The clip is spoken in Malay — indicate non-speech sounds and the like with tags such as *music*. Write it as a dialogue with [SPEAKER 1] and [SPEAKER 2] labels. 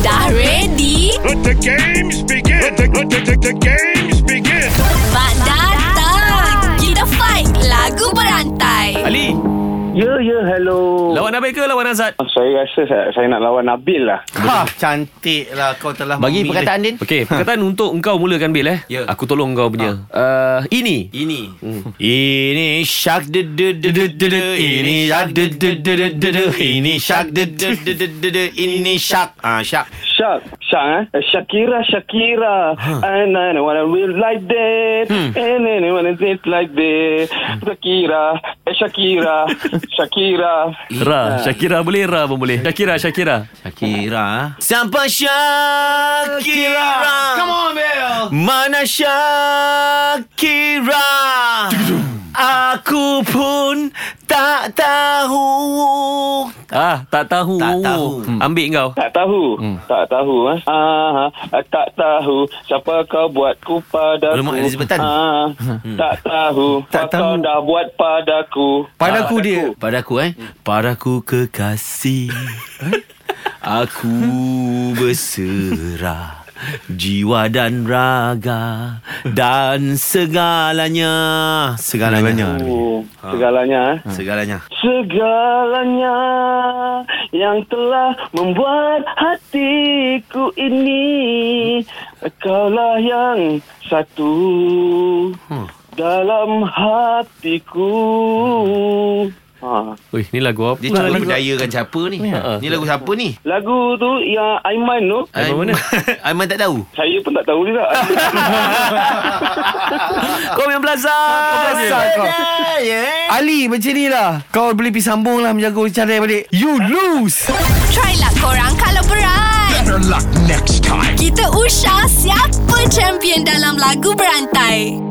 [SPEAKER 1] Dah ready?
[SPEAKER 2] Let the games begin. Let the, let the, the, the games begin.
[SPEAKER 1] Mak datang! Kita fight lagu berantai.
[SPEAKER 3] Ali,
[SPEAKER 4] Ya, ya, hello.
[SPEAKER 3] lawan Nabil ke lawan Azad?
[SPEAKER 4] Saya rasa saya, saya nak lawan Nabil lah.
[SPEAKER 5] Ha, cantik lah kau telah
[SPEAKER 6] Bagi
[SPEAKER 5] memilih.
[SPEAKER 6] perkataan Din
[SPEAKER 3] Okey, *laughs* perkataan untuk engkau mulakan Bil eh.
[SPEAKER 5] Ya.
[SPEAKER 3] Aku tolong kau punya. Uh, ini.
[SPEAKER 5] Ini
[SPEAKER 6] Hmm. Ini shark de de de de de de Ini shark de de de de de de Ini shark de de de de de de Ini shark Ah shark
[SPEAKER 4] Syak, Syak eh? Shakira, Shakira. And I don't wanna live like that.
[SPEAKER 5] Hmm.
[SPEAKER 4] And I don't wanna live like that. Shakira, eh,
[SPEAKER 5] *laughs*
[SPEAKER 4] Shakira, Shakira.
[SPEAKER 3] Ra, Shakira boleh Ra pun boleh. Ah. Shakira, Shakira.
[SPEAKER 5] Shakira Sampai Shakira Come on Bel Mana Shakira Aku pun tak tahu
[SPEAKER 3] Ah, tak tahu.
[SPEAKER 5] Tak tahu.
[SPEAKER 3] Hmm. Ambil kau.
[SPEAKER 4] Tak tahu,
[SPEAKER 5] Hmm.
[SPEAKER 4] tak tahu. Eh? Ah, ah, tak tahu siapa kau buat ku padaku.
[SPEAKER 5] Alamak, Elizabeth Tan.
[SPEAKER 4] Ah, tak tahu
[SPEAKER 5] Tak
[SPEAKER 4] apa kau
[SPEAKER 5] tahu.
[SPEAKER 4] dah buat padaku.
[SPEAKER 5] Padaku dia Padaku eh Padaku kekasih Aku berserah Jiwa dan raga Dan segalanya Segalanya
[SPEAKER 4] Oh,
[SPEAKER 5] Ha.
[SPEAKER 4] segalanya. Eh?
[SPEAKER 5] Segalanya
[SPEAKER 4] Segalanya yang telah membuat hatiku ini Kaulah yang satu dalam hatiku ha.
[SPEAKER 3] Ui, ni lagu apa?
[SPEAKER 5] Dia cuba berdayakan siapa ni
[SPEAKER 6] Ya.
[SPEAKER 5] Ni lagu siapa ni
[SPEAKER 4] Lagu tu yang Aiman tu
[SPEAKER 3] Aiman mana?
[SPEAKER 5] *laughs* Aiman tak tahu
[SPEAKER 4] Saya pun tak tahu juga
[SPEAKER 6] Ah.
[SPEAKER 3] Kau yang belajar.
[SPEAKER 6] kau.
[SPEAKER 5] Ya,
[SPEAKER 6] Ali macam ni lah Kau boleh pergi sambung lah Menjaga cara balik You lose
[SPEAKER 1] Try lah korang kalau berat.
[SPEAKER 2] Better luck next time.
[SPEAKER 1] Kita usah siapa champion dalam lagu berantai.